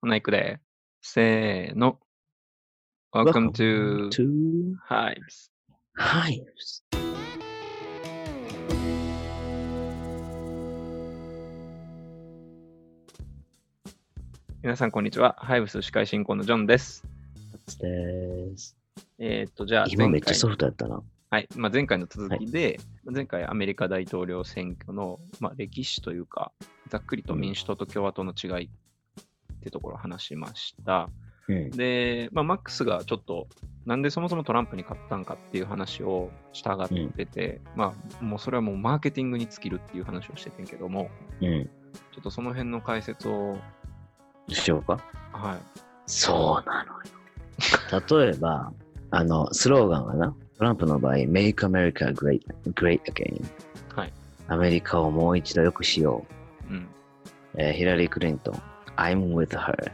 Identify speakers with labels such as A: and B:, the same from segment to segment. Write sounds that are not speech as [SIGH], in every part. A: ほな、いくで。せーの。Welcome
B: Welcome
A: to
B: to
A: Hives.
B: Hives.
A: 皆さん、こんにちは。Hives 司会進行のジョンです。
B: です。
A: えーっと、じゃあ前回、
B: 今めっちゃソフトやったな。
A: はいまあ、前回の続きで、前回アメリカ大統領選挙の、まあ、歴史というか、ざっくりと民主党と共和党の違いってところを話しました。
B: うん。
A: で、まあ、マックスがちょっと、なんでそもそもトランプに勝ったんかっていう話をしたがってて、まあ、もうそれはもうマーケティングに尽きるっていう話をしててんけども、
B: う
A: ちょっとその辺の解説を、
B: ん。しようか。
A: は
B: そうなのよ。例えば、あの、スローガンはな、トランプの場合、Make America Great, Great Again。
A: はい。
B: アメリカをもう一度良くしよ
A: い。うん。
B: う。えーヒラリー・クリントン、I'm with her。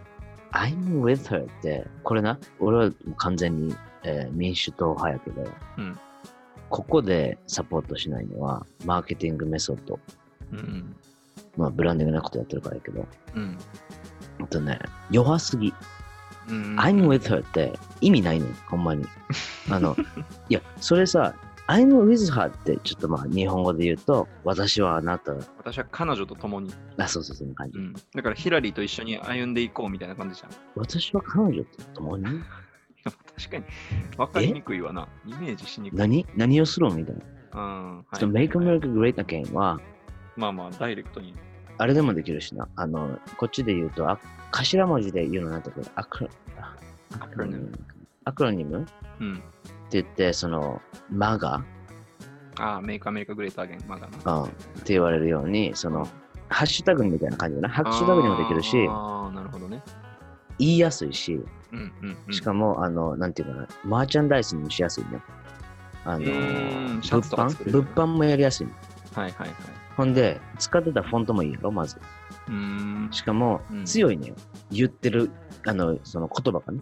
B: I'm with her って、これな、俺は完全に、えー民主党派やけど、
A: うん
B: ここでサポートしないのは、マーケティングメソッド。
A: うん。
B: まあ、ブランディングなことやってるからやけど、
A: うん。
B: あとね、弱すぎ。
A: うん。
B: I'm with her って意味ないねん、ほんまに。
A: [LAUGHS]
B: あの、いや、それさ、I'm with her ってちょっとまあ、日本語で言うと、私はあなた、
A: 私は彼女と共に、
B: あ、そうそう、そんな感じ
A: う。ん。だからヒラリーと一緒に歩んでいこうみたいな感じじゃん。 [LAUGHS] い
B: 私は彼女と共に
A: や確かに、わかりにくいわな。イメージしにくい。
B: 何何をするのみたいな。ち
A: うん。はい
B: ょっと Make America Great Again は、
A: まあまあ、ダイレクトに。
B: あれでもできるしな。あの、こっちで言うと、あ頭文字で言うのなんだっけアクロあ
A: アクロニム
B: アクロニムって
A: うん。
B: 言って、その、マガ、
A: ああ、メイクアメリカグレートアゲン、まだな。
B: うん、って言われるように、その、ハッシュタグみたいな感じだな。ハッシュタグにもできるし、
A: ああ、なるほどね。
B: 言いやすいし、
A: うんうん、うん。
B: しかも、あの、なんていうかな、マーチャンダイスにもしやすいね。あの、
A: うーんシャツとか
B: 物
A: 作れ
B: 販
A: るよ
B: 物
A: ね
B: 販もやりやすい。
A: はいはいはい。
B: ほんで、使ってたフォントもいいやろ、まず。
A: うーん。
B: しかも
A: う、ん
B: 強いね、言ってる、あの、その言葉がね。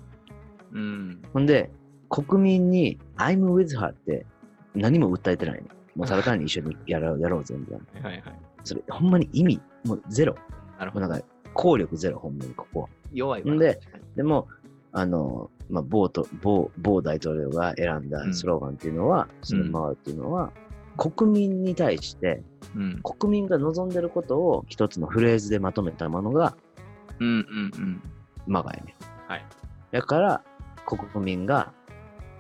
A: うん。
B: ほんで、国民に、I'm with her って何も訴えてないね。もうただ単に一緒にやろう、やろうぜ、みたいな。
A: はいはいはい。
B: それ、ほんまに意味、もうゼロ。
A: なるほ
B: もう
A: ど。
B: なんか、効力ゼロ、ほんまにここは。
A: 弱いわ。
B: んで
A: 確かに、
B: でも、あの、まあ、某と某某大統領が選ん
A: うん
B: だスローガンっていうのは、その回るっていうのは、国民に対して、
A: うん。
B: 国民が望んでることを一つのフレーズでまとめたものが、
A: うんうんうん。
B: マガやね。
A: はい。
B: だから、国民が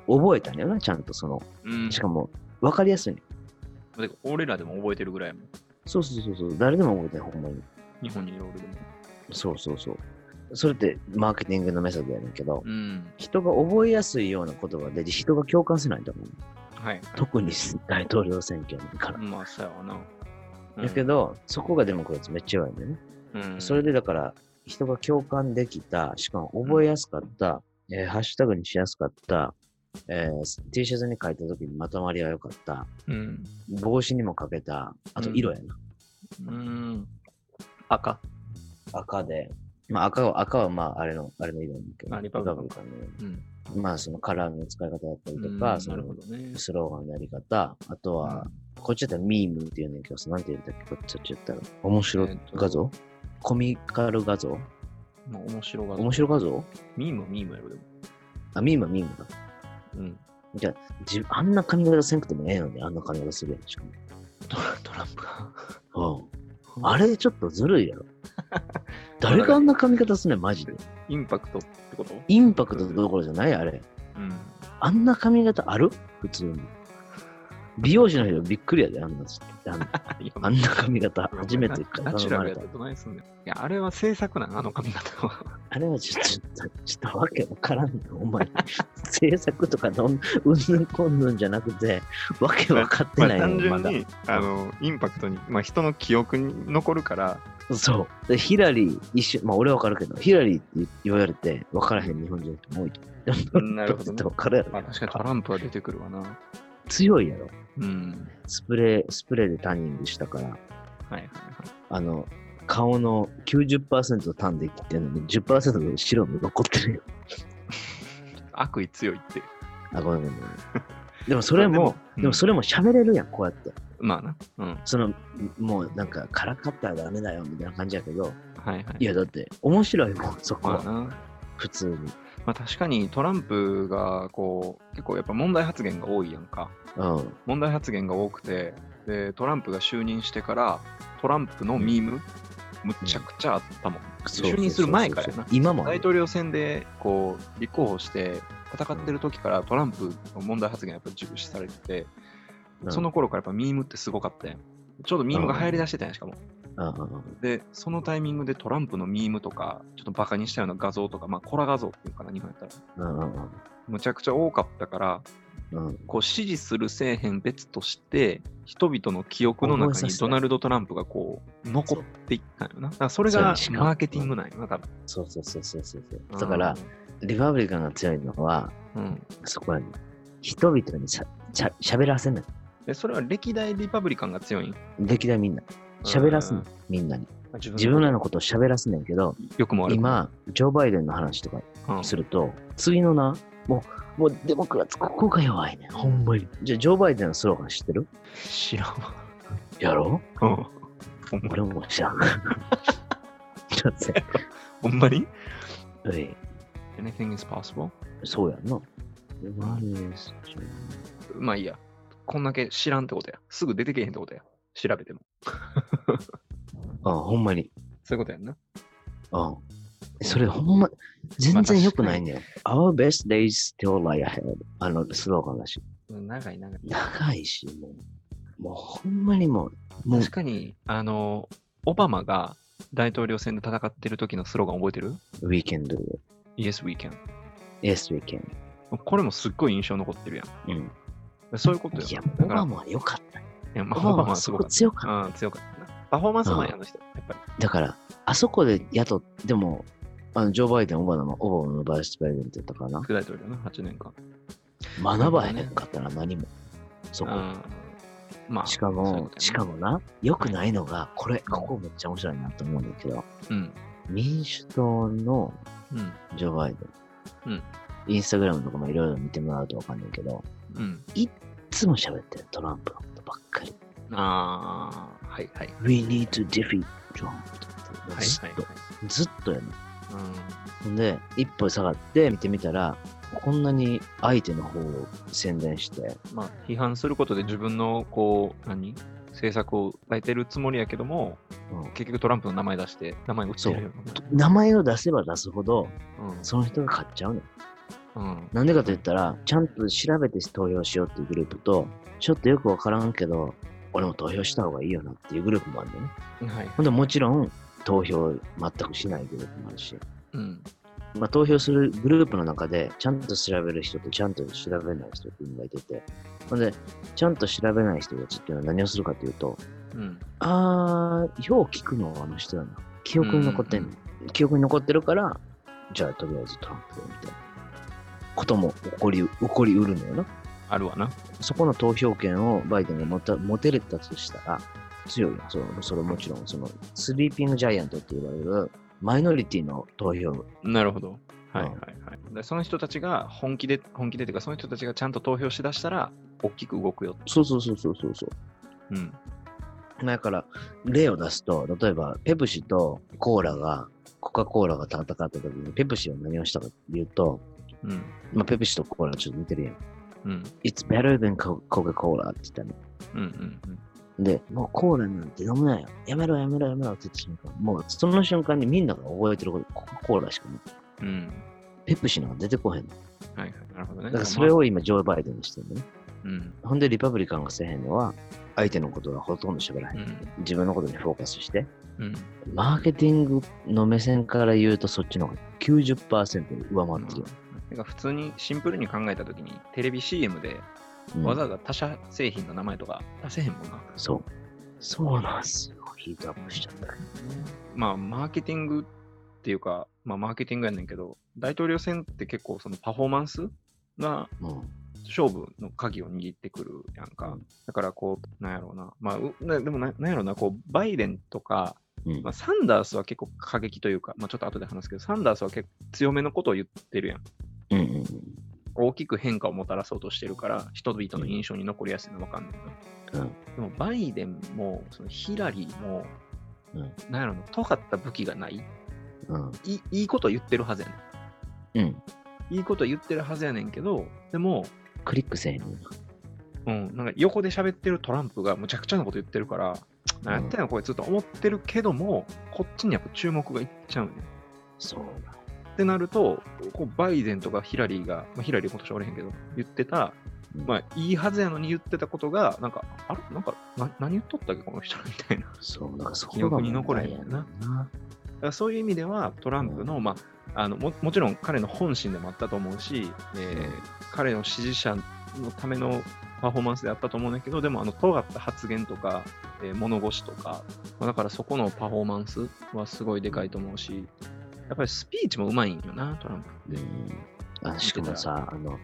B: 覚えたんだよな、ちゃんとその、
A: うん、
B: しかも、わかりやすいね。
A: だって俺らでも覚えてるぐらいやもん。
B: そうそうそうそう、誰でも覚えてる、ほんまに。
A: 日本にいる俺でも。
B: そうそうそう。それってマーケティングのメソッドやねんけど、
A: うん。
B: 人が覚えやすいような言葉で人が共感せないと思う。
A: はい。
B: 特に大統領選挙だから。
A: まあ、そうやわな。うん
B: だけ、ど、そこがでもこいつめっちゃ弱いんだよね。
A: うん、
B: それでだから、人が共感できた、しかも覚えやすかった、えーハッシュタグにしやすかった、えー T シャツに書いた時にまとまりは良かった、
A: うん。
B: 帽子にもかけた、あと
A: うん
B: 色やな。
A: うん。赤。
B: 赤で。まあ赤は、赤はまああれの、あれの色なんだけど、
A: あリパブリカン
B: リパブリカンの
A: うん。
B: まあそのカラーの使い方だったり
A: うん
B: とか、そ
A: なるほ
B: の
A: どね。
B: スローガンのやり方、あとは、こっちだったらミームって言うねんけどさ、なんて言うんだっけ、こっちだったら。面白画像、コミカル画像
A: まあ、面白が
B: 面白画像
A: ミームはミームやろ、でも。
B: あ、ミームはミームだ。
A: うん。
B: じゃあ、自あんな髪型せんくてもええのに、あんな髪型するやん、しか
A: トラトランプが。
B: も。うん。あれ、ちょっとずる
A: [LAUGHS]
B: いやろ。誰があんな髪型すんねん、マジで。
A: インパクトってこと
B: インパクトどころじゃない、あれ。
A: [LAUGHS] うん。
B: あんな髪型ある普通に。美容師の人びっくりやで、あんな、あ
A: [LAUGHS]
B: ん
A: いや
B: あんな髪型、
A: まあ
B: 初めて
A: ナナチュラルや
B: た
A: った。とないすんねん。いや、あれは制作なん、あの髪型は。
B: あれはちょっと、ちょっと、ちょっとわけわからんの、お前。 [LAUGHS] 制作とかどん、うんぬんこんぬんじゃなくて、わけわかって
A: まあ
B: ない
A: 単
B: の、ま
A: 純
B: だ。
A: に、あの、インパクトに、まあ、人の記憶に残るから、
B: そう。で、ヒラリー、一瞬、まあ俺はわかるけど、ヒラリーって言われて、わからへん日本人も多いと。
A: なるほどね
B: わかるやろ。
A: まあ、確かにトランプは出てくるわな。
B: 強いやろ。
A: うん。
B: スプレー、スプレーでタンニングしたから、
A: はいはいはい。
B: あの、顔の90%タンで切ってんのに、10%の白も残ってるよ。
A: 悪意強いって。
B: あ、ごめんごめんごめん。でもそ
A: [LAUGHS]
B: れも、
A: うん
B: でもそれも喋れるやん、こうやって。
A: まあな。うん。
B: そのもうなんかからかったらダメだよみたいな感じやけど
A: はいはい。
B: いや、だって、面白いもん、そこ
A: まあ
B: は。
A: な。
B: 普通に。
A: まあ確かにトランプがこう、結構やっぱ問題発言が多いやんか。
B: うん。
A: 問題発言が多くて、で、トランプが就任してから、トランプのミーム、むっちゃくちゃあったもん。就任する前からやな。
B: 今もあ
A: 大
B: る。
A: 統領選でこう立候補して戦ってる時からトランプの問題発言やっぱ重視されてて、
B: うん
A: その頃からやっぱミームってすごかったやん。ちょうどミームが流行りだしてたやんしかも。
B: うんうんうん
A: で、そのタイミングでトランプのミームとか、ちょっとバカにしたような画像とか、まあコラ画像っていうかな、日本やったら。
B: うんうん
A: むちゃくちゃ多かったから、
B: うんうん。
A: こう支持するせえへん別として、人々の記憶の
B: 覚え
A: 中
B: さ
A: に
B: せた
A: ド
B: い
A: ナルド・トランプがこう残っていったんよな。だからそれ
B: そう
A: が
B: やしかも
A: マーケティングなんよな、多分。
B: そうそうそうそうそうそう。だから、、リパブリカンが強いのは、
A: うん、
B: そこやね。人々にしゃしゃ喋らせない。
A: でそれは歴代リパブリカンが強いん
B: 歴代みんな。喋らすの
A: うん、
B: みんなに。
A: 自分
B: 自分らのことを喋らせないけど、
A: よくも悪くも、
B: 今、ジョー・バイデンの話とか
A: うん
B: すると、次のな、もう、もうデモクラツ、ここが弱いねん。ほんまに。じゃあ、ジョー・バイデンのスローガン知ってる
A: 知らんわ。
B: やろ
A: うんほんま
B: 俺も知らん。 [LAUGHS] ちょっと
A: ほんまに
B: 待って、え
A: ?Anything is possible?
B: そうやんな。
A: まあいいや。こんだけ知らんってことや。すぐ出てけへんってことや。調べても。
B: あ、ほんまに。
A: そういうことやんな。
B: うん。それほんま、全然良くないねん。Our best days still lie ahead. あの、スローガンだし。
A: うん長い長い。
B: 長いし、もう、もうほんまにもう、もう
A: 確、かに、あの、オバマが大統領選で戦ってる時のスローガン覚えてる
B: we can do it.
A: ?Yes, we can.
B: Yes, we can.
A: これもすっごい印象残ってるやん。
B: うん。
A: そういうことよ。
B: いや、
A: だ
B: オ
A: から
B: バマは良かった。
A: いやま
B: オ
A: あ
B: バ
A: オ
B: マ
A: バマ
B: は
A: は
B: す
A: す
B: ご
A: ご
B: く
A: かっ。
B: 強かった
A: うん、強かったな。パフォーマンスマンやあの人、やっぱり。
B: た。だから、あそこで雇って、でも、あのジョー・バイデン、オバマ、オバマのバイスプレゼントやったかな。
A: 副大統領な、8年間。
B: 学ばへんかったら何も。そこ。
A: うんまあ、
B: しか
A: そういう
B: も
A: こ、とやね
B: しかもな、良くないのが、これ、ここめっちゃ面白いなと思うんだけど、
A: うん。
B: 民主党の
A: うん。
B: ジョー・バイデ
A: う
B: ン、
A: ん
B: インスタグラムとかもいろいろ見てもらうとわかんないけど、
A: うん。
B: いつも喋ってるトランプのことばっかり。
A: ああ、はいはい。はい
B: We need to defeat Trump ってず
A: はい
B: っ
A: はい
B: と、。ずっとやね
A: うん
B: ほんで、一歩下がって見てみたら、こんなに相手の方を宣伝して、
A: まあ、批判することで自分の、こう、何政策を抱いてるつもりやけども、
B: うん
A: 結局トランプの名前出して、名前打ってるよね。
B: 名前を出せば出すほど、
A: うん
B: その人が勝っちゃうの。
A: うん。
B: なんでかと言ったら、ちゃんと調べて投票しようっていうグループと、ちょっとよくわからんけど、俺も投票した方がいいよなっていうグループもあるんだよね。
A: はい。
B: ほんで、もちろん、投票全くしないグループもあるし、
A: うん。
B: まあ、投票するグループの中で、ちゃんと調べる人とちゃんと調べない人っていうのがいてて、ほんで、ちゃんと調べない人たちっていうのは何をするかというと、
A: うん。
B: あー、よう聞くのはあの人やな。記憶に残ってんの。記憶に残ってるから、じゃあとりあえずトランプでみたいなことも起こり、起こりうるのよな。
A: あるわな。
B: そこの投票権をバイデンが持た持てれたとしたら、強いよ。そのそれもちろん、その、スリーピングジャイアントって言われる、マイノリティの投票。
A: なるほど。はいは
B: うん
A: いはい。でその人たちが本気で、本気でっていうか、その人たちがちゃんと投票しだしたら、大きく動くよ。
B: そうそうそうそうそうそ
A: うん。
B: う。だから、例を出すと、例えば、ペプシとコーラが、コカ・コーラが戦った時に、ペプシは何をしたかっていうと、
A: うん。
B: まあ、ペプシとコーラちょっと似てるやん。
A: うん。
B: It's better than Co- Coca-Cola って言ったの。
A: うんうんうん。
B: で、もうコーラなんて飲むなよ。やめろやめろやめろって言った瞬間、もうその瞬間にみんなが覚えてること、コカ・コーラしかない。
A: うん。
B: ペプシなんか出てこへんの。
A: はいはい。なるほどね。
B: だからそれを今、ジョー・バイデンにしてるのね。
A: うん。
B: ほんで、リパブリカンがせえへんのは、相手のことはほとんど喋ら
A: う
B: へ。
A: んん。
B: 自分のことにフォーカスして、
A: うん。
B: マーケティングの目線から言うと、そっちの方が90%上回ってるよ。
A: なんか普通にシンプルに考えたときに、テレビ CM で
B: うん
A: わざわざ他社製品の名前とか出せへんもんな。
B: そう。そうなんですよ。ヒートアップしちゃった。
A: まあ、マーケティングっていうか、まあ、マーケティングやねんけど、大統領選って結構そのパフォーマンスが
B: うん。
A: 勝負の鍵を握ってくるやんか。だからこう、なんやろうな。まあ、うなでもななんやろうな、こう、バイデンとか、
B: うん
A: まあ、サンダースは結構過激というか、まあ、ちょっと後で話すけど、サンダースは結構強めのことを言ってるやん。
B: うんうん
A: 大きく変化をもたらそうとしてるから、人々の印象に残りやすいのはわかんないな。
B: うん。うん
A: でも、バイデンも、そのヒラリーも、
B: うん
A: なんやろな、尖った武器がない
B: うん。
A: いいいいこと言ってるはずやね
B: うん。
A: ん。いいこと言ってるはずやねんけど、でも、
B: クリックせえへんねんな。
A: うん、なんか横で喋ってるトランプがむちゃくちゃなこと言ってるから、なんやってんのこいつと思ってるけども、こっちにやっぱ注目がいっちゃうねん。
B: そうだ。
A: ってなると、こうバイデンとかヒラリーが、まあ、ヒラリー今年おれへんけど、言ってた、
B: うん
A: まあ、いいはずやのに言ってたことが、なんか、あれなんかな、何言っとったっけ、この人みたいな。だか
B: そう、だからそこ
A: 記
B: が
A: 憶に残らへ
B: 題
A: んよ
B: やねん
A: な
B: な。
A: らそういう意味では、トランプの、まあ、あのももちろん彼の本心でもあったと思うし、えー彼の支持者のためのパフォーマンスであったと思うんだけど、でも、あの尖った発言とか、えー物腰とか、まあ、だからそこのパフォーマンスはすごいでかいと思うし、やっぱりスピーチもうまいんよな、トランプ。
B: うん。あしかもさ、あの、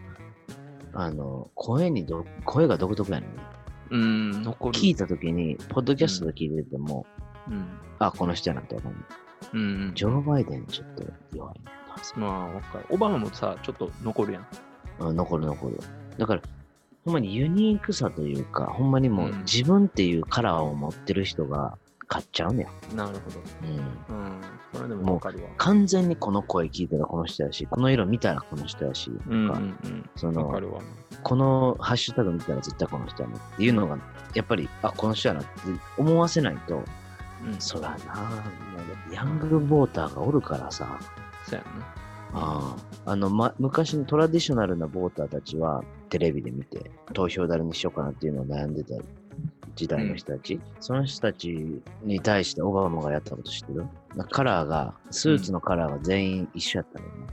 B: あの、声にど、声が独特やねん。
A: うん、残る。
B: 聞いたときに、ポッドキャストで聞いてても、
A: うん
B: あ、この人やなって思う。
A: うんうん
B: ジョー・バイデンちょっと弱いねんな。
A: まあ、わかる。オバマもさ、ちょっと残るやん。
B: うん、残る残る。だから、ほんまにユニークさというか、ほんまにもう
A: うん
B: 自分っていうカラーを持ってる人が買っちゃうねん。
A: なるほど。
B: うん。
A: うん。それでもわかるわ。
B: 完全にこの声聞いたらこの人やし、この色見たらこの人やし、
A: うん
B: と
A: う
B: か、
A: ん
B: そ
A: うん。わか
B: の、
A: るわ。
B: このハッシュタグ見たら絶対この人やなっていうのが、やっぱり、あ、この人やなって思わせないと、
A: うん。そ
B: そらなあ、ヤングボーターがおるからさ、
A: うやんな。
B: ああの、ま、昔のトラディショナルなボーターたちはテレビで見て投票誰にしようかなっていうのを悩んでた時代の人たち、その人たちに対してオバマがやったこと知ってるなカラーがスーツのカラーが全員一緒やったのよね、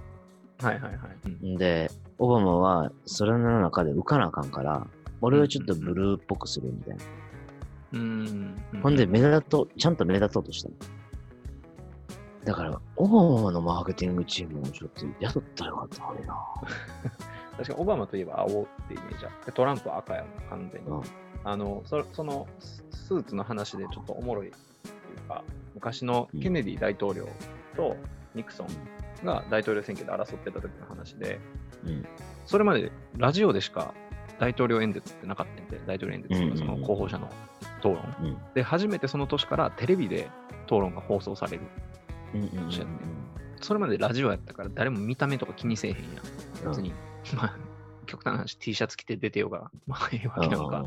A: はいはいはい。うん
B: ん、でオバマはそれの中で浮かなあかんから俺はちょっとブルーっぽくするみたいな、
A: うん。う
B: ほんで、目立とうちゃんと目立とうとしたのだからオバマのマーケティングチームもちょっと雇ったらよかったのにな
A: 確かにオバマといえば青ってイメージあって、トランプは赤やもん、完全に。
B: うん
A: あのそ、そのススーツの話でちょっとおもろいっていうか、昔のケネディ大統領とニクソンが大統領選挙で争ってた時の話で、
B: うん
A: それまでラジオでしか大統領演説ってなかったんで、大統領演説と
B: うんう
A: か
B: んうん
A: その候補者の討論。
B: うん
A: で、初めてその年からテレビで討論が放送される。
B: うんうんうんうん
A: そうやねそれまでラジオやったから誰も見た目とか気にせえへんやん。別に、 [LAUGHS] まあ、極端な話 T シャツ着て出てようが、 [LAUGHS] まあ、ええわけやんか。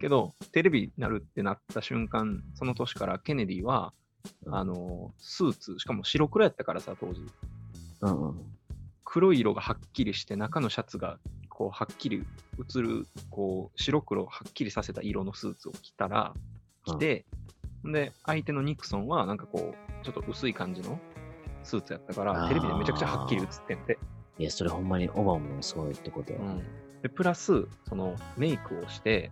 A: けど、テレビになるってなった瞬間、その年からケネディは、あの、スーツ、しかも白黒やったからさ、当時。
B: うんうん
A: 黒い色がはっきりして中のシャツがこうはっきり映るこう白黒をはっきりさせた色のスーツを着たら着て、で相手のニクソンはなんかこうちょっと薄い感じのスーツやったか
B: あ
A: ら
B: ー
A: テレビでめちゃくちゃはっきり映ってんで,、
B: いや、それほんまにオバマもそうってことや。
A: うん、でプラスそのメイクをして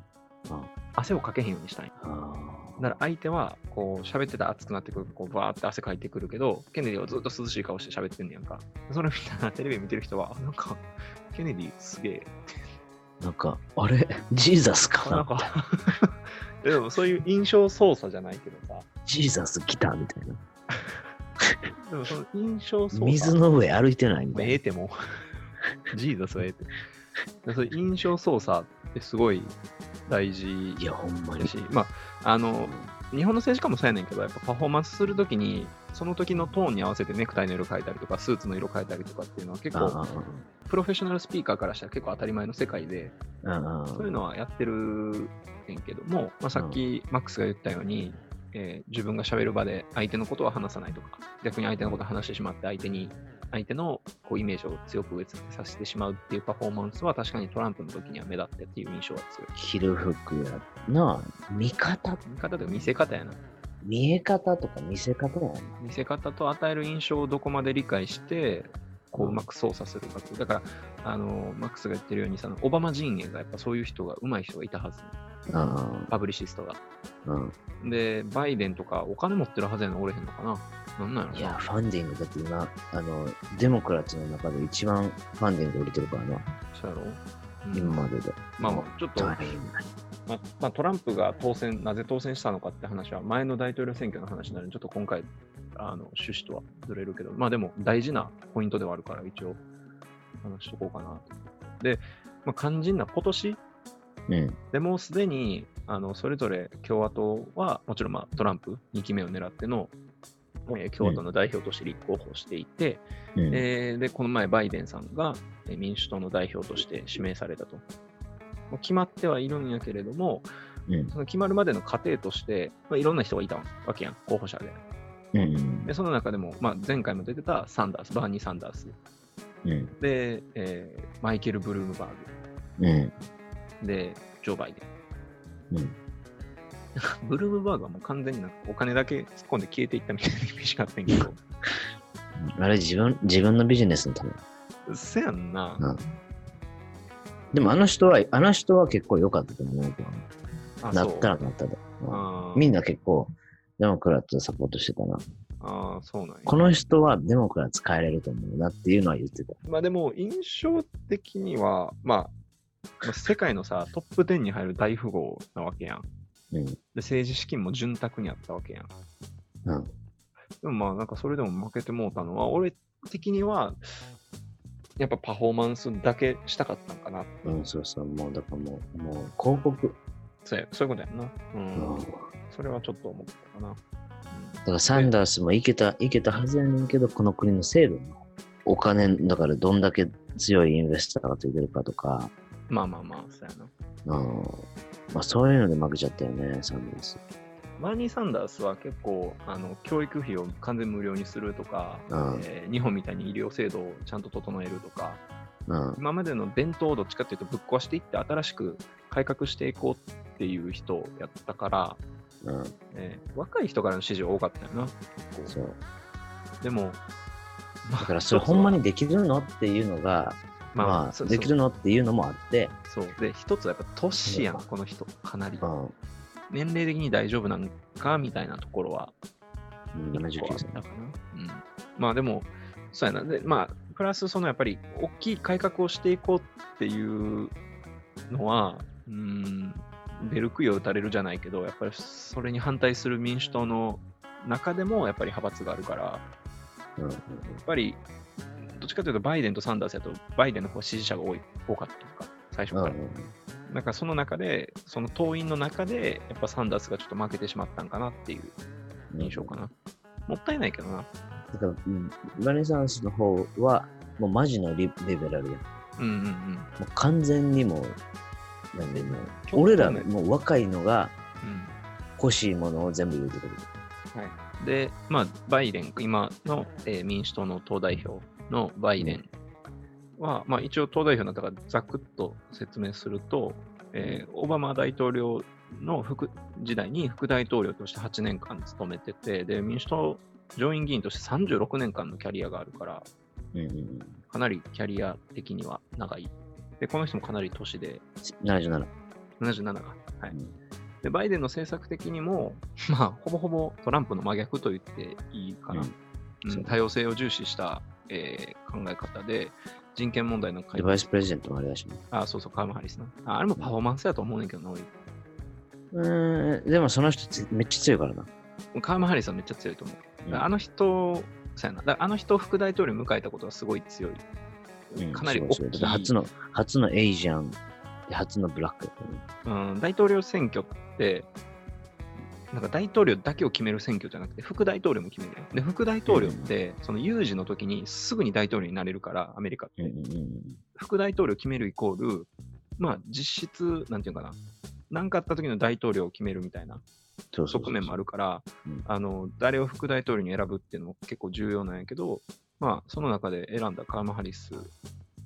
B: うん
A: 汗をかけへんようにしたい
B: あ
A: だから相手はこう喋ってたら熱くなってくるこうバーって汗かいてくるけどケネディはずっと涼しい顔して喋ってんねやんかそれ見たらテレビ見てる人はあなんかケネディすげえ
B: ーなんか、あれ [LAUGHS] ジーザスか
A: なん [LAUGHS] かでもそういう印象操作じゃないけどさ、
B: ジーザス来たみたいな。
A: でもその印象操作。
B: 水の上歩いてないみ
A: ま
B: た
A: あえ
B: いな。
A: えても [LAUGHS] う、ジーザスはええて。でそういう印象操作ってすごい大事
B: いや、ほんま
A: だ
B: に。
A: し、まあ、あの、日本の政治家もそうやねんけど、やっぱパフォーマンスするときに、その時のトーンに合わせてネクタイの色変えたりとか、スーツの色変えたりとかっていうのは結
B: ああ
A: 構、プロフェッショナルスピーカーからしたら結構当たり前の世界で、
B: あああ
A: そういうのはやってるねんけども、まあ、さっきマックスが言ったように、えー自分が喋る場で相手のことは話さないとか、逆に相手のことを話してしまって、相手に、相手のこうイメージを強く植え付けさせてしまうっていうパフォーマンスは確かにトランプの時には目立ってっていう印象は強い。
B: 着る服や。なあ、見方、
A: 見方で見せ方やな。
B: 見え方とか見せ方やな。
A: 見せ方と与える印象をどこまで理解して、こううまく操作するかっていう。だから、あの、マックスが言ってるように、そのオバマ陣営がやっぱそういう人が、上手い人がいたはず、
B: あ
A: パブリシストが。
B: あうん
A: で、バイデンとかお金持ってるはずやのおれへんのかな。なんなん
B: い
A: や
B: や、ファンディングだって今、あの、デモクラッツの中で一番ファンディング降りてるからな、
A: ろ。そうやろ、うん
B: 今までで。
A: まあまあ、ちょっと、
B: 大
A: ま
B: 変だ
A: あまあ、トランプが当選、なぜ当選したのかって話は、前の大統領選挙の話なので、ちょっと今回、あの趣旨とはずれるけど、まあでも大事なポイントではあるから、一応、話しとこうかなと。で、まあ、肝心な今年
B: うん。
A: でもうすでにあのそれぞれ共和党はもちろん、まあ、トランプ2期目を狙っての、えー共和党の代表として立候補していて、
B: うん。
A: えーでこの前、バイデンさんがえー民主党の代表として指名されたと。もう決まってはいるんやけれども、
B: うん。
A: その決まるまでの過程として、まあ、いろんな人がいたわけやん、候補者で。
B: うん。
A: で、その中でも、まあ、前回も出てたサンダース、バーニー・サンダース、
B: うん。
A: で、えーマイケル・ブルームバー
B: うん。
A: グ、で、ジョー・バイデン。
B: うん
A: [LAUGHS] ブルームバーグはもう完全になんかお金だけ突っ込んで消えていったみたいなイメージがあってんけど、
B: [LAUGHS] あれ、自分、自分のビジネスのため。
A: せやんな、
B: うんでも、あの人は、あの人は結構良かったと思うけどね
A: あ
B: な
A: そう
B: ったらなったで。うん
A: あー
B: みんな結構、デモクラッツをサポートしてたな。
A: あー、そうなんや。
B: この人はデモクラッツ変えれると思うなっていうのは言ってた。
A: まあでも、印象的には、まあ、まあ世界のさ、トップ10に入る大富豪なわけやん。
B: うん。
A: で、政治資金も潤沢にあったわけやん。
B: うん。
A: でもまあなんかそれでも負けてもうたのは、俺的には、やっぱパフォーマンスだけしたかったんかな。
B: うん、そうそう、もう、だからもう、もう、広告。
A: そうやそういうことやんな。うん。
B: うんだ
A: それはちょっと思ったかな。
B: からサンダースもいけた、いけたはずやねんけど、この国の制度のお金、だからどんだけ強いインベスターがついてるかとか、
A: うんまあまあまあ、そうやな。
B: うん。まあ、そういうので負けちゃったよね、サンダース。
A: バーニー・サンダースは結構あの教育費を完全無料にするとか、
B: うん
A: えー日本みたいに医療制度をちゃんと整えるとか
B: うん。
A: 今までの伝統をどっちかっていうとぶっ壊していって新しく改革していこうっていう人やったから、
B: うん。
A: えー若い人からの支持は多かったよな
B: そう。
A: でも、まあ
B: だからそれほんま
A: に、
B: にできるのっていうのが、
A: まあ
B: ま
A: そ
B: あ、
A: う
B: できるのっていうのもあって、
A: そうそうで一つはやっぱ年やんこの人かなり
B: うん。
A: 年齢的に大丈夫なのかみたいなところは
B: うん
A: 一個
B: 79
A: は
B: 歳。
A: あったかな。うん、まあでも、そうやな。で、まあ、プラス、そのやっぱり大きい改革をしていこうっていうのは、うん、ベルクイを打たれるじゃないけど、やっぱりそれに反対する民主党の中でもやっぱり派閥があるから、や
B: うんうんうん
A: っぱり、どっちかというとバイデンとサンダースやと、バイデンの方が支持者が多い多かったとか、最初
B: うん
A: か
B: う
A: ら。
B: ん
A: なんかその中で、その党員の中で、やっぱサンダースがちょっと負けてしまったんかなっていう
B: うん
A: 印象かな。もったいないけどな。
B: だから、うん、ルネサンスの方は、もうマジのリリベラルやん。も
A: うんうんうん。
B: う完全にもう、なんでもう
A: 極端
B: 俺ら
A: ね
B: もう若いのが
A: うん
B: 欲しいものを全部言うてくる。
A: で、まあ、バイデン、今の、えー民主党の党代表のバイデンは、まあ、一応党代表なんだからざくっと説明すると、えーオバマ大統領の副時代に副大統領として8年間務めてて、で民主党上院議員として36年間のキャリアがあるから、
B: うんうんうん、
A: かなりキャリア的には長い。で、この人もかなり年で、
B: 77。
A: 77が。はい
B: うん
A: でバイデンの政策的にも、 [LAUGHS] まあ、ほぼほぼトランプの真逆と言っていいかな。
B: うん
A: うん
B: そう
A: 多様性を重視した、えー考え方で、人権問題の解
B: で、バイスプレゼントもあれだしね。
A: あ、そうそう、カーム・ハリスな。ああれもパフォーマンスやと思うねんけどな、俺
B: うーん、でもその人つめっちゃ強いからな。
A: カーム・ハリスはめっちゃ強いと思う。だからあ
B: の、
A: の人、そうやな。だからあの人を副大統領に迎えたことはすごい強い。
B: うん
A: かなり
B: す
A: 大
B: ごい
A: き
B: すごい
A: い
B: だって初の、初のエイジアン、で初のブラックやったね。
A: うん、大統領選挙って、なんか大統領だけを決める選挙じゃなくて、副大統領も決めるやん。で、副大統領って、その有事の時にすぐに大統領になれるから、アメリカって。
B: うんうんうん
A: 副大統領を決めるイコール、まあ、実質、なんていうかな、何かあった時の大統領を決めるみたいな
B: そうそうそうそう
A: 側面もあるから
B: うん、
A: あの誰を副大統領に選ぶっていうのも結構重要なんやけど、まあ、その中で選んだカーマ・ハリス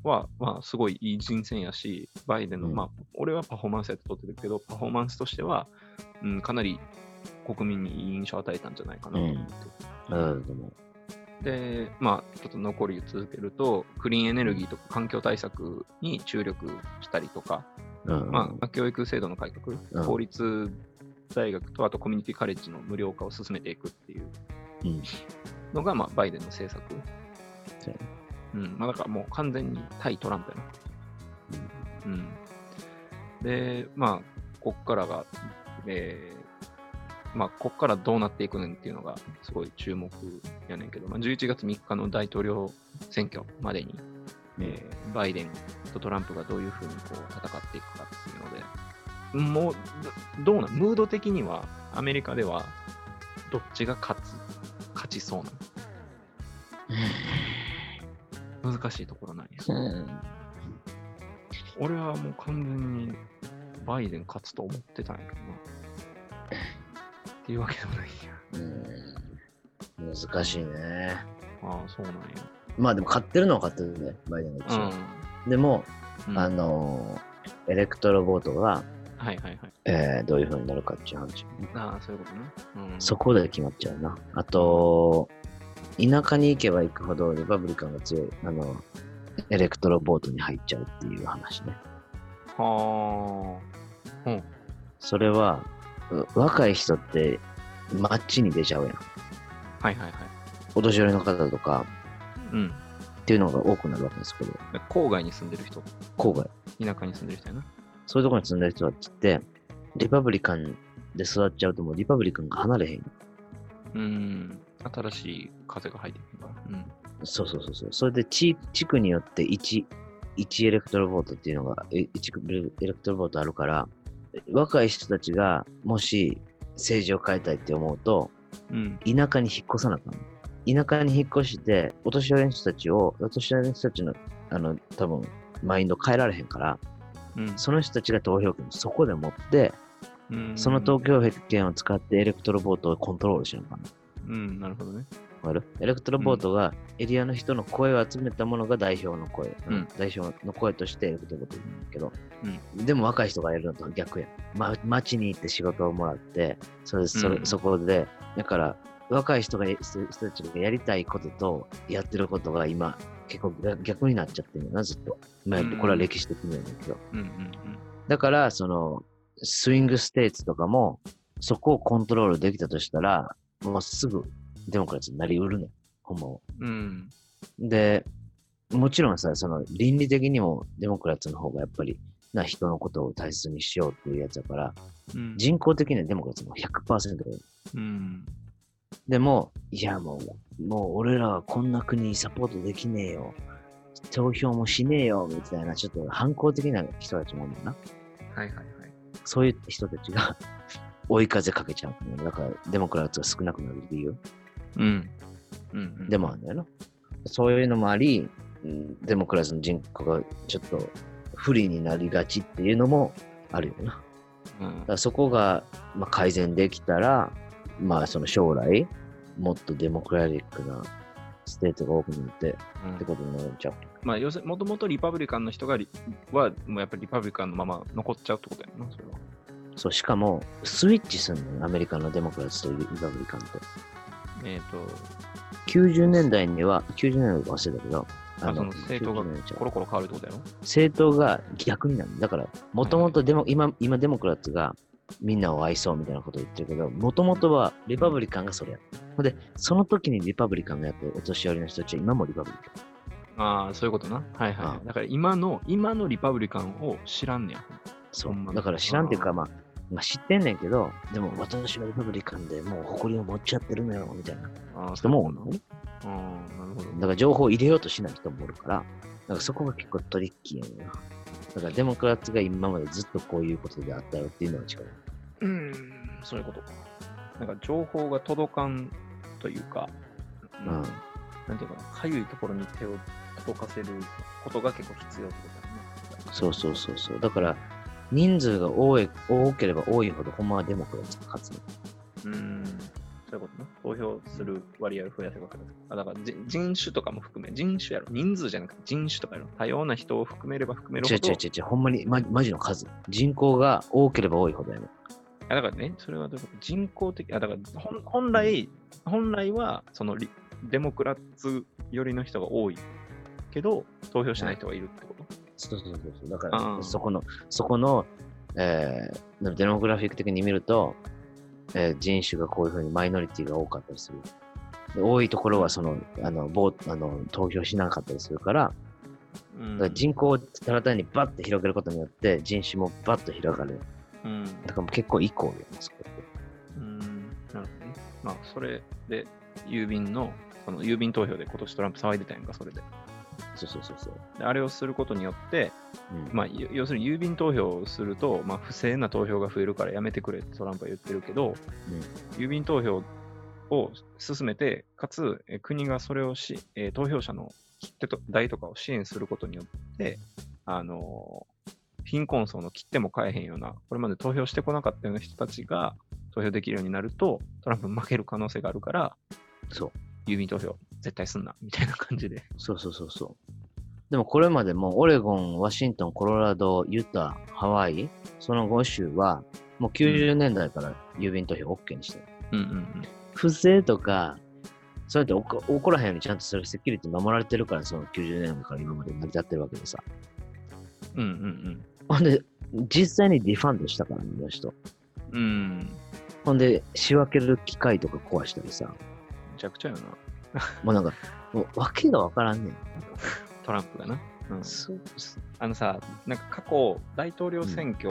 A: は、まあ、すごいいい人選やし、バイデンの、
B: うん
A: まあ、俺はパフォーマンスやと取ってるけど、パフォーマンスとしては、うん、かなり国民にいい印象を与えたんじゃないかなと思って。
B: うん、でも、
A: で、まあ、ちょっと残り続けると、クリーンエネルギーとか環境対策に注力したりとか、
B: うん、
A: まあ、教育制度の改革、
B: うん
A: 公立大学とあとコミュニティカレッジの無料化を進めていくっていう
B: うん
A: のが、まあ、バイデンの政策。
B: そう
A: うん、まあ、だからもう完全に対トランプやな。うん。で、まあ、こっからが、えーまあ、こっからどうなっていくねんっていうのが、すごい注目やねんけど、まあ、11月3日の大統領選挙までに、えーバイデンとトランプがどういうふうにこう戦っていくかっていうので、もうどどうなんムード的にはアメリカではどっちが勝つ勝ちそうなの難しいところなんや。
B: うん
A: 俺はもう完全にバイデン勝つと思ってたんやけどな。っていうわけでもないんや。
B: うん難しいね。
A: ああ、そうなん
B: まあでも買ってるのは買ってるね、バイデンが一応
A: や。
B: でも、
A: うん。うん
B: あ、のーエレクトロボートが、
A: はいはいはい。
B: えーどういう風になるかっていう話、ね。
A: ああ、そういうことね。うん、
B: そこで決まっちゃうな。あと、田舎に行けば行くほどリパブリカンが強い、あの、エレクトロボートに入っちゃうっていう話ね。
A: は
B: それは、う若い人って街に出ちゃうやん。
A: あ。はいはいはい。
B: お年寄りの方とか
A: うん。
B: っていうのが多くなるわけですけど、
A: 郊外に住んでる人、
B: 郊外、
A: 田舎に住んでる人やな。
B: そういうところに住んでる人たちって、リパブリカンで育っちゃうともうリパブリカンが離れへん。
A: うん。新しい風が入ってくるから。うん。
B: そうそうそうそう。それで地地区によって1、1エレクトロボートっていうのが、え1区エレクトロボートあるから、若い人たちがもし政治を変えたいって思うと、
A: うん。
B: 田舎に引っ越さなあかんの。田舎に引っ越して、お年寄りの人たちを、お年寄りの人たちの、あの、多分、マインド変えられへんから、
A: うん
B: その人たちが投票権をそこで持って、
A: うん
B: その投票権を使ってエレクトロボートをコントロールしなあかんの。
A: うん、なるほどね。
B: わかるエレクトロボートがエリアの人の声を集めたものが代表の声、
A: うん
B: 代表の声としてエレクトロボートなんだけど、
A: う
B: でも若い人がやるのとは逆やん、ま、町に行って仕事をもらってそれそれ、
A: うん
B: そこでだから若い人が人人たちがやりたいこととやってることが今結構逆逆になっちゃってるよなずっと、まあ、
A: うん
B: これは歴史的なんだけど、
A: うんうん
B: だから、その、スイングステーツとかも、そこをコントロールできたとしたら、もうすぐデモクラスになりうるねん、ほんまは
A: うん。うん。
B: で、もちろんさ、その倫理的にもデモクラスの方がやっぱり、な、人のことを大切にしようっていうやつだから、
A: うん。
B: 人口的にはデモクラスも100%だよ。
A: うん。
B: でも、いやもう、もう俺らはこんな国サポートできねえよ。投票もしねえよ、みたいな、ちょっと反抗的な人たちもいるな。
A: はいはいはい。
B: そういう人たちが [LAUGHS] 追い風かけちゃう。だから、デモクラッツが少なくなる理由
A: うん。うん、うん。
B: でもあるんだよな。そういうのもあり、うんデモクラッツの人口がちょっと不利になりがちっていうのもあるよな。
A: うん
B: だか、らそこが、まあ、改善できたら、まあその将来、もっとデモクラティックなステートが多くなって
A: うん
B: ってことになっちゃう。
A: まあ、要するに、もともとリパブリカンの人がリは、もうやっぱりリパブリカンのまま残っちゃうってことやな、それは。
B: そう、しかも、スイッチすんのよ、アメリカのデモクラッツとリパブリカンと。
A: えっ、と、
B: 90年代には、90年代とか忘れたけど、
A: あその政党が
B: 90年代ちゃう
A: コロコロ変わるってことやろ
B: 政党が逆になる。だから、もともとデモ、今、今デモクラッツがみんなを愛そうみたいなことを言ってるけど、もともとはリパブリカンがそれやった。ほんで、その時にリパブリカンがやってるお年寄りの人たちは今もリパブリカン。
A: ああ、そういうことな。はいはい。
B: うん
A: だから今の、今のリパブリカンを知らんねや。
B: そ
A: ほんま
B: う。
A: に
B: だから知らんっていう
A: う
B: か、
A: ん
B: まあ、まあ、知ってんねんけど、でも私はリパブリカンでもう誇りを持っちゃってるのよ、みたいな
A: ああ、
B: 人も多い
A: そ
B: の
A: ういう
B: ね。
A: ことなああ、なるほど。
B: だから情報を入れようとしない人もおるから、だからそこが結構トリッキーやねんな。だからデモクラッツが今までずっとこういうことであったよっていうのは違う。
A: うん、そういうことか。なんか情報が届かんというか、う
B: う
A: ん、
B: ん
A: なんていうかな、かゆいところに手を届かせることが結構必要ってことだね。
B: そうそうそうそう。だから、人数が多い多ければ多いほど、ほんまはデモクラッツが勝つの。
A: うーん、そういうことね。投票する割合を増やせばいいわけだあだからじ人種とかも含め、人種やろ。人数じゃなくて人種とかやろ。多様な人を含めれば含める
B: 違う
A: ほど。
B: 違う違う違う、ほんまに、ま、マジの数。人口が多ければ多いほどやね。
A: あだからね、それはどういうこと人口的、あだから本本来、本来はそのリデモクラッツ寄りの人が多いけど、投票しない人がいるってこと。
B: そうそうそうそう。だか
A: う
B: ら、
A: ん
B: そこの、そこの、えー、デモグラフィック的に見ると、えー人種がこういうふうにマイノリティが多かったりする。で多いところはそのあのボーあの投票しなかったりするから、
A: うん
B: だから人口をただ単にバッと広げることによって人種もバッと広がる。
A: うん、
B: だからもう結構イコールやなそこって
A: うん、なるほどね。まあ、それで、郵便の、その郵便投票で今年トランプ騒いでたやんか、それで。
B: そうそうそうそう。
A: であれをすることによって、
B: うん
A: まあ、ゆ要するに郵便投票をすると、まあ、不正な投票が増えるからやめてくれってトランプは言ってるけど、郵便投票を進めて、かつえ国がそれをし、えー投票者の切手と代とかを支援することによって、あのー貧困層の切手も買えへんような、これまで投票してこなかったような人たちが投票できるようになると、トランプ負ける可能性があるから、
B: そう
A: 郵便投票絶対すんな、みたいな感じで。
B: そうそうそうそう。でもこれまでもオレゴン、ワシントン、コロラド、ユタ、ハワイ、その5州はもう90年代から郵便投票 OK にしてる。
A: うんうんうん。
B: 不正とか、そうやって起こ起こらへんようにちゃんとするセキュリティ守られてるから、その90年代から今まで成り立ってるわけでさ。
A: うんうん
B: ほんで、実際にディファンドしたからね、あの人。
A: うん。うん。め
B: ほんで、仕分ける機械とか壊したりさ。
A: ちゃくちゃよな、
B: もうなんか、もう訳がわからんねん。
A: トランプがな。うん
B: そう
A: あのさ、なんか過去、大統領選挙、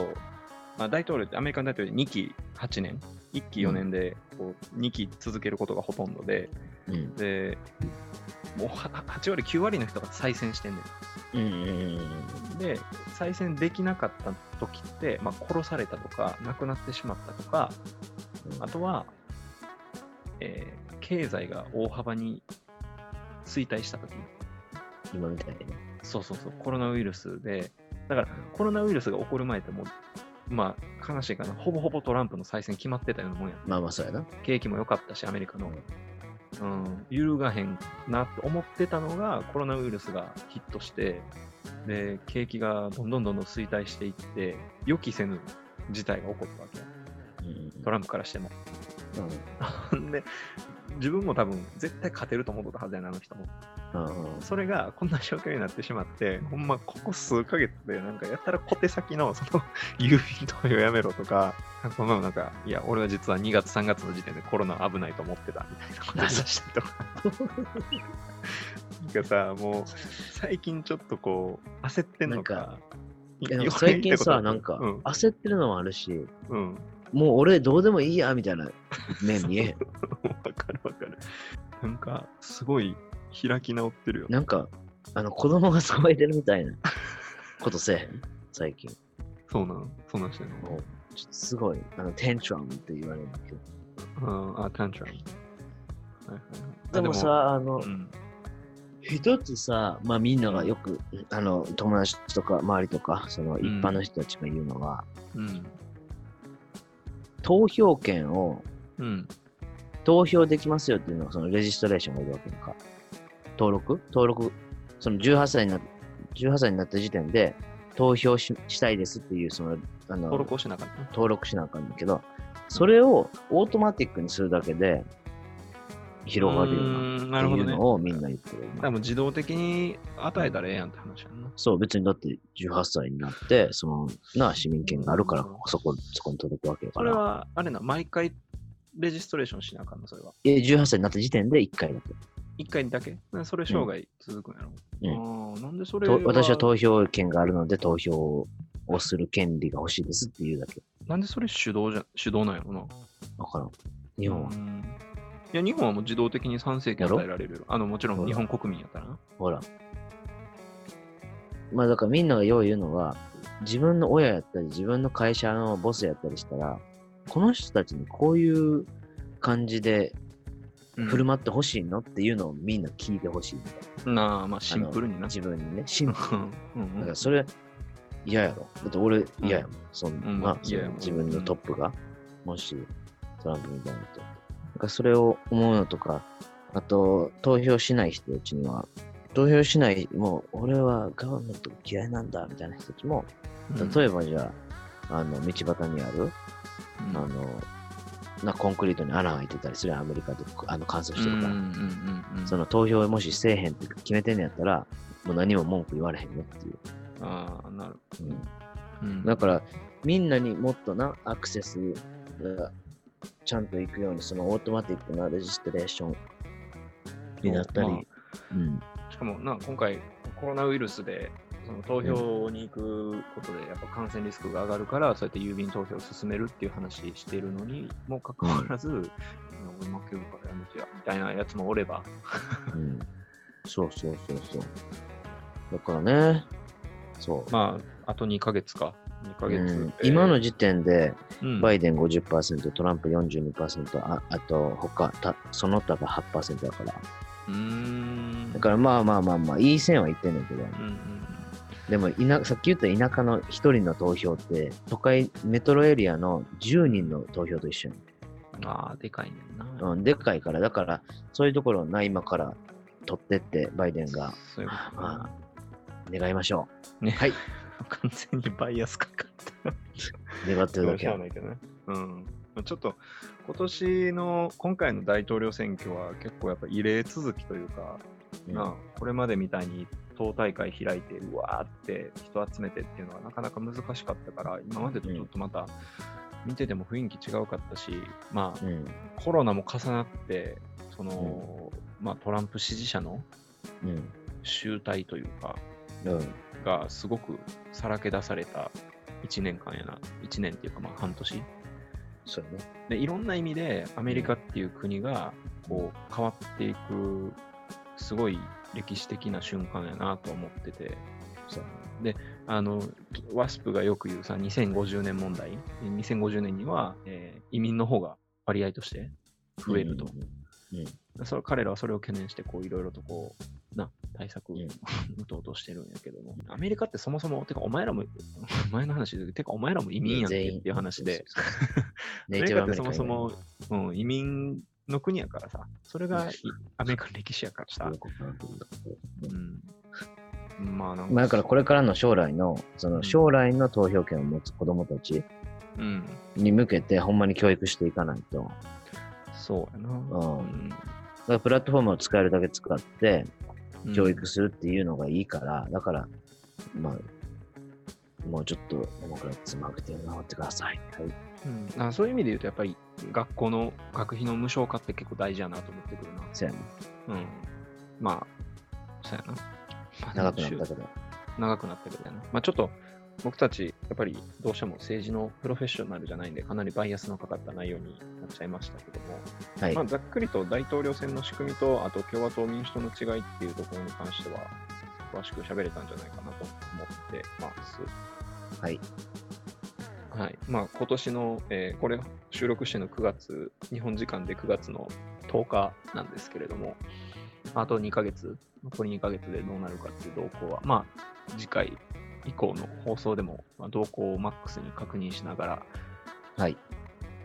A: まあ、大統領ってアメリカの大統領2期8年、1期4年でこう2期続けることがほとんどで、
B: うん。
A: でもうは8割、9割の人が再選してんね
B: うんうんうんうん
A: ん。で、再選できなかった時って、まあ、殺されたとか、亡くなってしまったとか、
B: うん。
A: あとは、えー経済が大幅に衰退した時
B: 今みたいにね。
A: そうそうそう、コロナウイルスで、だからコロナウイルスが起こる前ってもう、まあ悲しいかな、ほぼほぼトランプの再選決まってたようなもんや。
B: まあまあそうやな。
A: 景気も良かったし、アメリカの。うん、揺るがへんなって思ってたのが、コロナウイルスがヒットして、で、景気がどんどんどんどん衰退していって、予期せぬ事態が起こったわけや。ト
B: ラ
A: ランプからしても。 [LAUGHS]
B: うん
A: で、自分も多分絶対勝てると思ってたはずやな、あの人も。
B: うん
A: それがこんな状況になってしまって、ほんまここ数ヶ月で、なんかやったら小手先のその [LAUGHS] 郵便投票やめろとか、このなんか、いや、俺は実は2月3月の時点でコロナ危ないと思ってたみたいなことをしたりと
B: [LAUGHS]
A: か。なんかさ、もう最近ちょっとこう、焦ってんのか。
B: いやでも最近さ、
A: 弱
B: ないん
A: ってこ
B: か
A: とうん、
B: 焦ってるのもあるし、
A: うん、 [LAUGHS]
B: もう俺どうでもいいやみたいな目見えへん。
A: わかるわかる。なんか、すごい開き直ってるよね。
B: なんか、あの子供が騒いでるみたいなことせえへん最近。
A: そうなん、そうなんしてんの。
B: ちょっとすごい、あの、テンションって言われるんだけど。
A: うん、あ、タンチャン。はいはいはいあ
B: でも、さ、あ
A: う
B: の、
A: ん、
B: 一つさ、まあみんながよく、あの、友達とか周りとか、その
A: ん
B: 一般の人たちが言うのは、
A: うん、
B: 投票権を
A: うん、
B: 投票できますよっていうのが、そのレジストレーションがいるわけやんか。登録登録、その18歳にな18歳になった時点で、投票ししたいですっていう、その、あの、
A: 登録をしなかった。
B: 登録しなあかんねんけど、それをオートマティックにするだけで、広がるような。
A: うーん
B: っ
A: な
B: て
A: るほ
B: い
A: ど
B: う
A: ね。
B: のをみんな言ってる。
A: でも自動的に与えたらええやんって話やんな。
B: そう、別にだって18歳になって、その、なあ、市民権があるから、そこ、そこに届くわけだ
A: そ
B: か
A: れ
B: ら。
A: は、あれな、毎回レジストレーションしなあかんの、それは。
B: え、18歳になった時点で1回だけ。
A: 一回だけなそれ生涯続くんやろ。あーなんでそれ
B: と私は投票権があるので、投票をする権利が欲しいですっていうだけ。
A: なんでそれ手動じゃ手動なんやろな。
B: わからん。日本は
A: う、んいや、日本はもう自動的に賛成権
B: やろ
A: 与えられるよ。あの、もちろん日本国民やからな。
B: ほら。まあだからみんながよう言うのは、自分の親やったり、自分の会社のボスやったりしたら、この人たちにこういう感じで
A: うん
B: 振る舞ってほしいのっていうのをみんな聞いてほしいみたいな。
A: なあ、まあシンプルに
B: あの
A: な。
B: 自分にね、シンプ
A: う
B: ル
A: んうん
B: だからそれ嫌やろ。だって俺嫌やもん。そ
A: うん
B: んな、そ
A: 嫌や
B: の
A: もん
B: 自分のトップが、もしトランプみたいな人。だからそれを思うのとか、あと投票しない人たちには、投票しない、もう俺はガバメント嫌いなんだみたいな人たちも、
A: うん
B: 例えばじゃあ、あの、道端にある、
A: うん
B: あの、なコンクリートに穴開いてたりするやんアメリカであの乾燥してるか
A: うんうん
B: ら。
A: うんうん
B: その投票もしせえへんって決めてんのやったら、もう何も文句言われへんよっていう。
A: ああ、なる
B: うん
A: うん
B: だから、みんなにもっとな、アクセスがちゃんといくように、そのオートマティックなレジストレーションになったり、
A: ま
B: うん、
A: あしかもな、今回、コロナウイルスで、その投票に行くことで、やっぱ感染リスクが上がるから、そうやって郵便投票を進めるっていう話してるのにもかかわらず、いや俺負けるからやめてや、みたいなやつもおれば、
B: うん。そうそうそうそう。だからね、そう。
A: まあ、あと2ヶ月か。2ヶ月。
B: うん
A: えー
B: 今の時点で、
A: うん
B: バイデン50%、トランプ42%、ああと他た、その他が8%だから。
A: うーん
B: だからまあまあまあまあ、いい線はいってんねんけど、
A: うんうん
B: でも田さっき言った田舎の1人の投票って、都会、メトロエリアの10人の投票と一緒に。
A: ああ、でかいねんな。
B: うん、でっかいから、だから、そういうところをな、今から取ってって、バイデンが
A: そういうこと
B: ま
A: か
B: あ。願いましょ
A: ね、
B: はい。
A: [LAUGHS] 完全にバイアスかかった。
B: う。願ってるだけ
A: しゃあ。ないけどね。うん。ちょっと、今年の、今回の大統領選挙は結構やっぱ異例続きというか、
B: うん
A: まあ、これまでみたいに党大会開いて、うわーって人集めてっていうのはなかなか難しかったから、今までとちょっとまた、見てても雰囲気違うかったし、まあ、
B: うん。
A: コロナも重なって、その、まあ、トランプ支持者の
B: うん。
A: 集大というか、
B: うん。
A: がすごくさらけ出された1年間やな、1年っていうかまあ半年。
B: そうね。
A: で、いろんな意味でアメリカっていう国がこう変わっていく、すごい歴史的な瞬間やなと思ってて、
B: そうね
A: あの、WASP がよく言うさ、2050年問題、2050年には、えー移民の方が割合として増えると。
B: うん。うん
A: それ彼らはそれを懸念して、こういろいろとこう、な、対策を
B: うん
A: 打とうとしてるんやけども、アメリカってそもそも、てかお前らも、 [LAUGHS] 前の話で、てかお前らも移民やんけっていう話で、。
B: そうそうそうネ
A: ア
B: イ
A: メ
B: テ
A: リ
B: ィブ
A: カ
B: ア
A: って
B: メリ
A: そ
B: カン
A: も
B: や
A: そも、うん、移民の国やからさ、それがいアメリカの歴史やからさ、うん。まあなん
B: まあだからこれからの将来の、そ
A: うん
B: の将来の投票権を持つ子供たち
A: うん、
B: に向けて、ほんまに教育していかないと。
A: そうやな。
B: んだからプラットフォームを使えるだけ使って、
A: うん
B: 教育するっていうのがいいから、だから、まあ、もうちょっと、もうこれつまくて頑張ってください。はい。
A: うんあそういう意味で言うと、やっぱり学校の学費の無償化って結構大事やなと思ってくるな。
B: そうやね。
A: うん。まあ、そうやな。まあ
B: 長くなったけど。
A: 長くなったけどね。まあちょっと、僕たち、やっぱりどうしても政治のプロフェッショナルじゃないんで、かなりバイアスのかかった内容になっちゃいましたけども、
B: はい
A: まあ、。ざっくりと大統領選の仕組みと、あと共和党、民主党の違いっていうところに関しては、詳しく喋れたんじゃないかなと思ってます。
B: はい。
A: はい。まあ、今年の、えーこれ、収録しての9月、日本時間で9月の10日なんですけれども、あと2ヶ月、残り2ヶ月でどうなるかっていう動向は、まあ、次回以降の放送でも、まあ、動向をマックスに確認しながら
B: はい。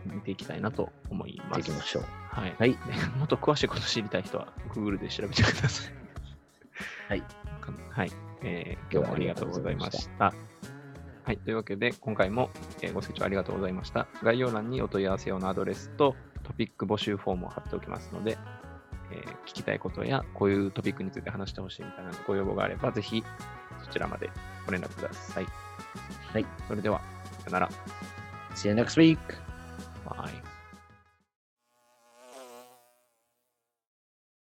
A: 見ていきたいなと思います。
B: できましょう。
A: はい。
B: はい
A: で [LAUGHS] もっと詳しいこと知りたい人は、Google で調べてください。
B: はい
A: か。はい。えー今日もありがとうございました。はい。というわけで、今回も、えーご清聴ありがとうございました。概要欄にお問い合わせ用のアドレスとトピック募集フォームを貼っておきますので、えー聞きたいことや、こういうトピックについて話してほしいみたいなご要望があれば、ぜひそちらまでご連絡ください。
B: はい。
A: それでは、さよなら。
B: See you next week!
A: バイ。